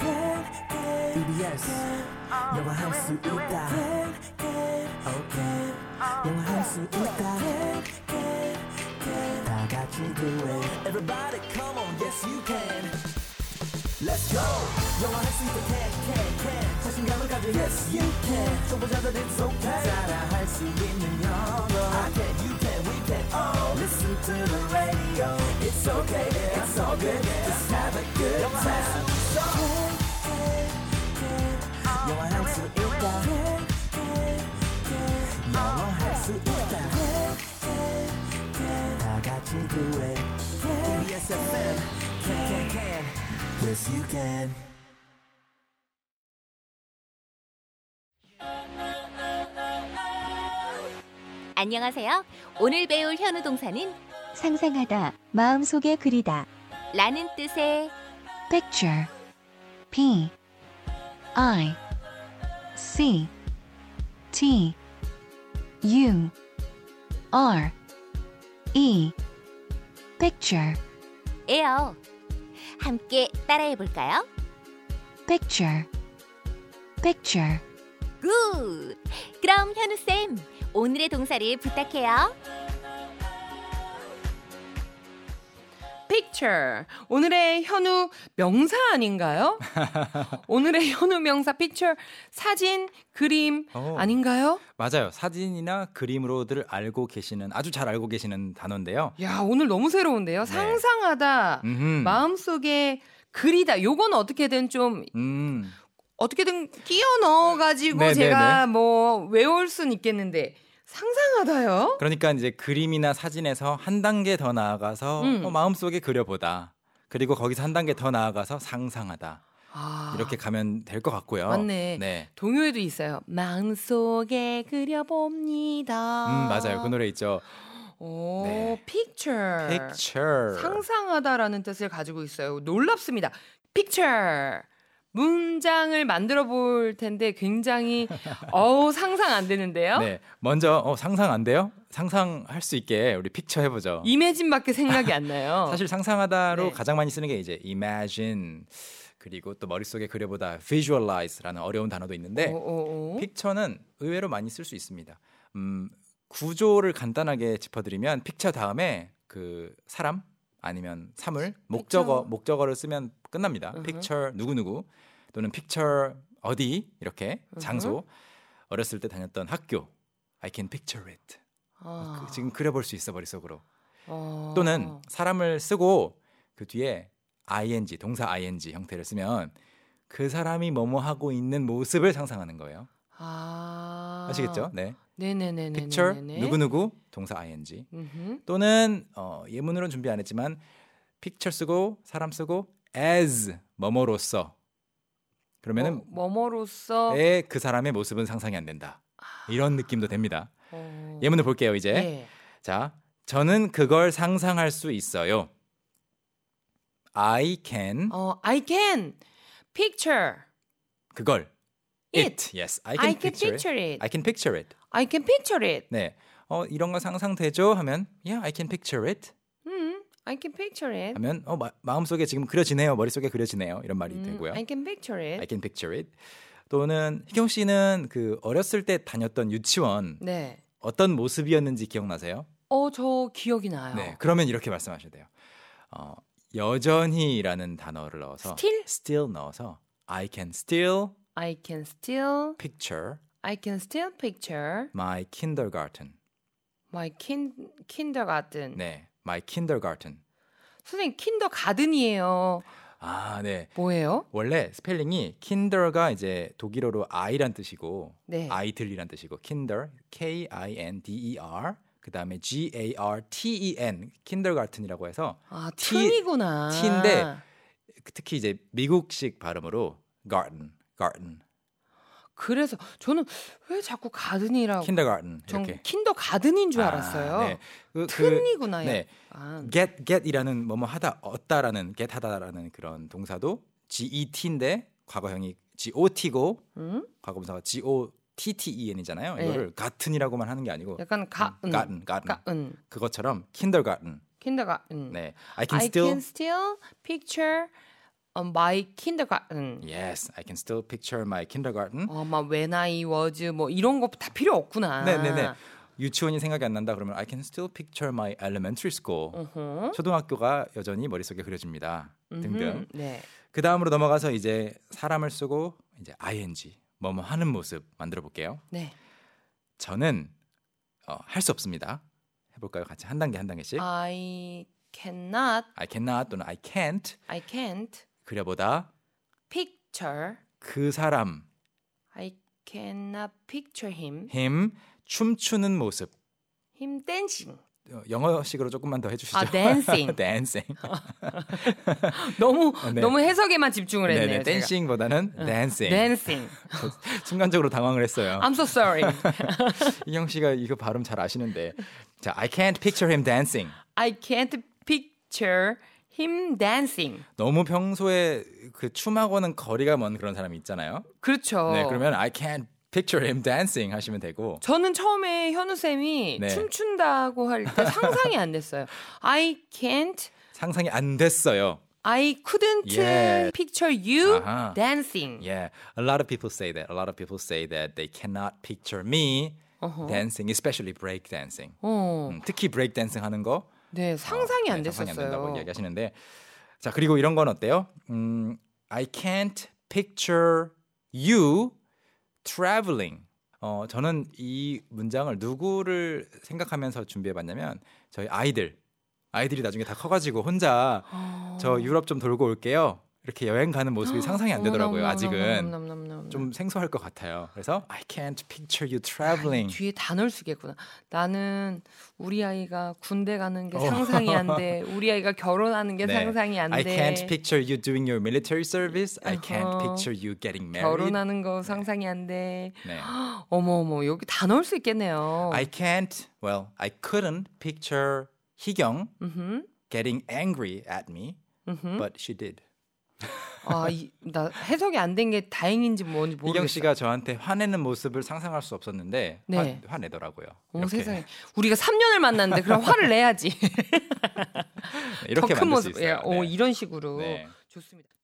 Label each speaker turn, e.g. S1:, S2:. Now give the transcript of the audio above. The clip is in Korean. S1: E yes 영화할 수 있다 E okay 영화할 수 있다 다 같이 do it everybody come on yes you can Let's go 영화할 수 있다 can E can can 자신감을 가져 yes you can 초보자들 it's okay 따라할 수 있는 영어 I can you can we can all listen to the radio it's okay yeah, it's all good just have a good time 영화할 수 있다 영화할 수 있다 다 같이 do it KBS FM can can can yes you can
S2: 안녕하세요. 오늘 배울 현우 동사는
S3: 상상하다, 마음속에 그리다.
S2: 라는 뜻의
S3: picture p i c t u r e picture
S2: 에요. 함께 따라해 볼까요?
S3: picture picture
S2: 굿! 그럼 현우쌤, 오늘의 동사를 부탁해요.
S4: picture. 오늘의 현우 명사 아닌가요? 오늘의 현우 명사 picture 사진, 그림
S5: 어,
S4: 아닌가요?
S5: 맞아요. 사진이나 그림으로들 알고 계시는 아주 잘 알고 계시는 단어인데요.
S4: 야, 오늘 너무 새로운데요. 상상하다.
S5: 네. 음흠.
S4: 마음속에 그리다. 요건 어떻게든 좀
S5: 음.
S4: 어떻게든 끼워 넣어 가지고
S5: 네,
S4: 제가 뭐 외울 순 있겠는데 상상하다요?
S5: 그러니까 이제 그림이나 사진에서 한 단계 더 나아가서
S4: 음.
S5: 어, 마음속에 그려보다. 그리고 거기서 한 단계 더 나아가서 상상하다.
S4: 아.
S5: 이렇게 가면 될 것 같고요.
S4: 맞네.
S5: 네.
S4: 동요에도 있어요. 마음속에 그려봅니다.
S5: 음, 맞아요. 그 노래 있죠.
S4: 오,
S5: 네.
S4: picture.
S5: picture.
S4: 상상하다라는 뜻을 가지고 있어요. 놀랍습니다. picture 문장을 만들어 볼 텐데 굉장히 어우 상상 안 되는데요.
S5: 네. 먼저 어, 상상 안 돼요? 상상할 수 있게 우리 픽처 해 보죠.
S4: 이매진밖에 생각이 안 나요.
S5: 사실 상상하다로
S4: 어. 네.
S5: 가장 많이 쓰는 게 이제 imagine 그리고 또 머릿속에 그려보다 visualize라는 어려운 단어도 있는데
S4: 오, 오,
S5: 네.
S4: 오.
S5: 픽처는 의외로 많이 쓸 수 있습니다. 음, 구조를 간단하게 짚어드리면 픽처 다음에 그 사람 아니면 사물 목적어 목적어를 쓰면 끝납니다.
S4: 으흠.
S5: 픽처 누구 누구 또는 픽처 어디 이렇게
S4: 으흠.
S5: 장소 어렸을 때 다녔던 학교 I can picture it
S4: 아,
S5: 그- 지금 그려볼 수 있어 머릿속으로
S4: 어.
S5: 또는 사람을 쓰고 그 뒤에 ing 동사 ing 형태를 쓰면 그 사람이 뭐뭐 하고 있는 모습을 상상하는 거예요.
S4: 아.
S5: 아시겠죠? 네.
S4: 네네네네.
S5: picture 누구누구 동사 ing 또는 어, 예문으로는 준비 안 했지만 picture 쓰고 사람 쓰고 as 뭐뭐로서 그러면은
S4: 어, 뭐뭐로서
S5: 에, 그 사람의 모습은 상상이 안 된다.
S4: 아.
S5: 이런 느낌도 됩니다.
S4: 어.
S5: 예문을 볼게요, 이제.
S4: 네.
S5: 자, 저는 그걸 상상할 수 있어요. I can
S4: 어, I can picture
S5: 그걸
S4: it.
S5: Yes, I
S4: I can,
S5: can, picture, it.
S4: picture it.
S5: I can picture it.
S4: I can picture it.
S5: 네. 어, 이런 거 상상되죠? 하면 Yeah, I can picture it.
S4: 음, I can picture it.
S5: 하면 어, 마, 마음속에 지금 그려지네요. 머릿속에 그려지네요. 이런 말이
S4: 음,
S5: 되고요.
S4: I can picture it.
S5: I can picture it. 또는 희경 씨는 그 어렸을 때 다녔던 유치원
S4: 네.
S5: 어떤 모습이었는지 기억나세요?
S4: 어, 저 기억이 나요.
S5: 네. 그러면 이렇게 말씀하셔야 돼요. 어, 여전히라는 단어를 넣어서
S4: Still?
S5: still 넣어서 I can still
S4: I can still
S5: picture
S4: I can still picture
S5: my kindergarten.
S4: my kin kindergarten.
S5: 네. my kindergarten.
S4: 선생님 킨더가든이에요.
S5: 아, 네.
S4: 뭐예요?
S5: 원래 스펠링이 kinder가 이제 독일어로 아이란 뜻이고
S4: 네.
S5: 아이들이란 뜻이고 kinder k i n d e r 그다음에 g a r t e n kindergarten이라고 해서
S4: 아,
S5: T-
S4: 틴이구나.
S5: T인데 특히 이제 미국식 발음으로 garden garden
S4: 그래서 저는 왜 자꾸 가든이라고
S5: kindergarten
S4: 전
S5: 이렇게
S4: 킨더가든인 줄
S5: 아,
S4: 알았어요.
S5: 네. 그, 그
S4: 튼이구나.
S5: 네.
S4: 약간.
S5: get get이라는 뭐뭐 하다 얻다라는 get 하다라는 그런 동사도 get인데 과거형이 got고
S4: 음?
S5: 과거분사가 gotten이잖아요.
S4: 네.
S5: 이거를 같은이라고만 하는 게 아니고
S4: 약간 가은.
S5: 음, 가은 가은
S4: 가은.
S5: 그것처럼 kindergarten.
S4: 킨더가은.
S5: 네. I can
S4: I
S5: still
S4: can still picture um, my kindergarten.
S5: Yes, I can still picture my kindergarten.
S4: 어, 막 when I was 뭐 이런 거 다 필요 없구나.
S5: 네, 네, 네. 유치원이 생각이 안 난다 그러면 I can still picture my elementary school.
S4: 음. 어허.
S5: 초등학교가 여전히 머릿속에 그려집니다. 등등.
S4: 음, 네.
S5: 그 다음으로 넘어가서 이제 사람을 쓰고 이제 ing 뭐뭐 하는 모습 만들어 볼게요.
S4: 네.
S5: 저는 어, 할 수 없습니다. 해볼까요? 같이 한 단계 한 단계씩.
S4: 아. I cannot,
S5: I cannot 또는 I can't
S4: I can't
S5: 그려보다
S4: picture,
S5: 그 사람
S4: I cannot picture him,
S5: him 춤추는 모습.
S4: him dancing.
S5: 어, 영어식으로 조금만 더 해주시죠.
S4: 아, dancing. 아,
S5: dancing.
S4: 너무
S5: 네.
S4: 어, 너무 해석에만 집중을 했네요.
S5: 네네,
S4: 제가.
S5: dancing보다는 dancing.
S4: dancing.
S5: 순간적으로 당황을 했어요.
S4: I'm so sorry.
S5: 이경 씨가 이거 발음 잘 아시는데. 자, I can't picture him dancing.
S4: I can't picture him dancing.
S5: 너무 평소에 그 춤하고는 거리가 먼 그런 사람이 있잖아요.
S4: 그렇죠.
S5: 네, 그러면 I can't picture him dancing 하시면 되고.
S4: 저는 처음에 현우 쌤이
S5: 네.
S4: 춤춘다고 할 때 상상이 안 됐어요. I can't,
S5: 상상이 안 됐어요.
S4: I couldn't
S5: 예.
S4: picture you
S5: 아하.
S4: dancing.
S5: Yeah, 예, a lot of people say that. A lot of people say that they cannot picture me dancing, especially break dancing.
S4: 어,
S5: 음, 특히 break dancing 하는 거
S4: 네 상상이
S5: 어,
S4: 안
S5: 네,
S4: 됐었어요.
S5: 상상이 안 된다고 이야기하시는데 자 그리고 이런 건 어때요? 음, I can't picture you traveling. 어 저는 이 문장을 누구를 생각하면서 준비해봤냐면 저희 아이들 아이들이 나중에 다 커가지고 혼자
S4: 아.
S5: 저 유럽 좀 돌고 올게요 이렇게 여행 가는 모습이 상상이 안 되더라고요
S4: 어머나,
S5: 아직은
S4: 어머나, 어머나, 어머나, 어머나, 어머나.
S5: 좀 생소할 것 같아요. 그래서 I can't picture you traveling.
S4: 뒤에 단어를 쓰겠구나. 나는 우리 아이가 군대 가는 게 상상이 안 돼. 우리 아이가 결혼하는 게
S5: 네.
S4: 상상이 안
S5: I
S4: 돼.
S5: can't picture you doing your military service. I can't
S4: 어허.
S5: picture you getting married.
S4: 결혼하는 거 상상이 안 돼.
S5: 네.
S4: 어머 어머 여기 다 넣을 수 있겠네요.
S5: I can't, well, I couldn't picture 희경
S4: 음흠,
S5: getting angry at me,
S4: 음흠.
S5: but she did.
S4: 아, 이, 나 해석이 안 된 게 다행인지 뭔지 모르겠어.
S5: 희경 씨가 저한테 화내는 모습을 상상할 수 없었는데 화-
S4: 네.
S5: 화내더라고요.
S4: 오
S5: 이렇게.
S4: 세상에 우리가 3년을 만났는데 그럼 화를 내야지.
S5: 이렇게
S4: 더 큰
S5: 만들 수
S4: 모습. 예,
S5: 있어요.
S4: 오
S5: 네.
S4: 이런 식으로
S5: 네.
S4: 좋습니다.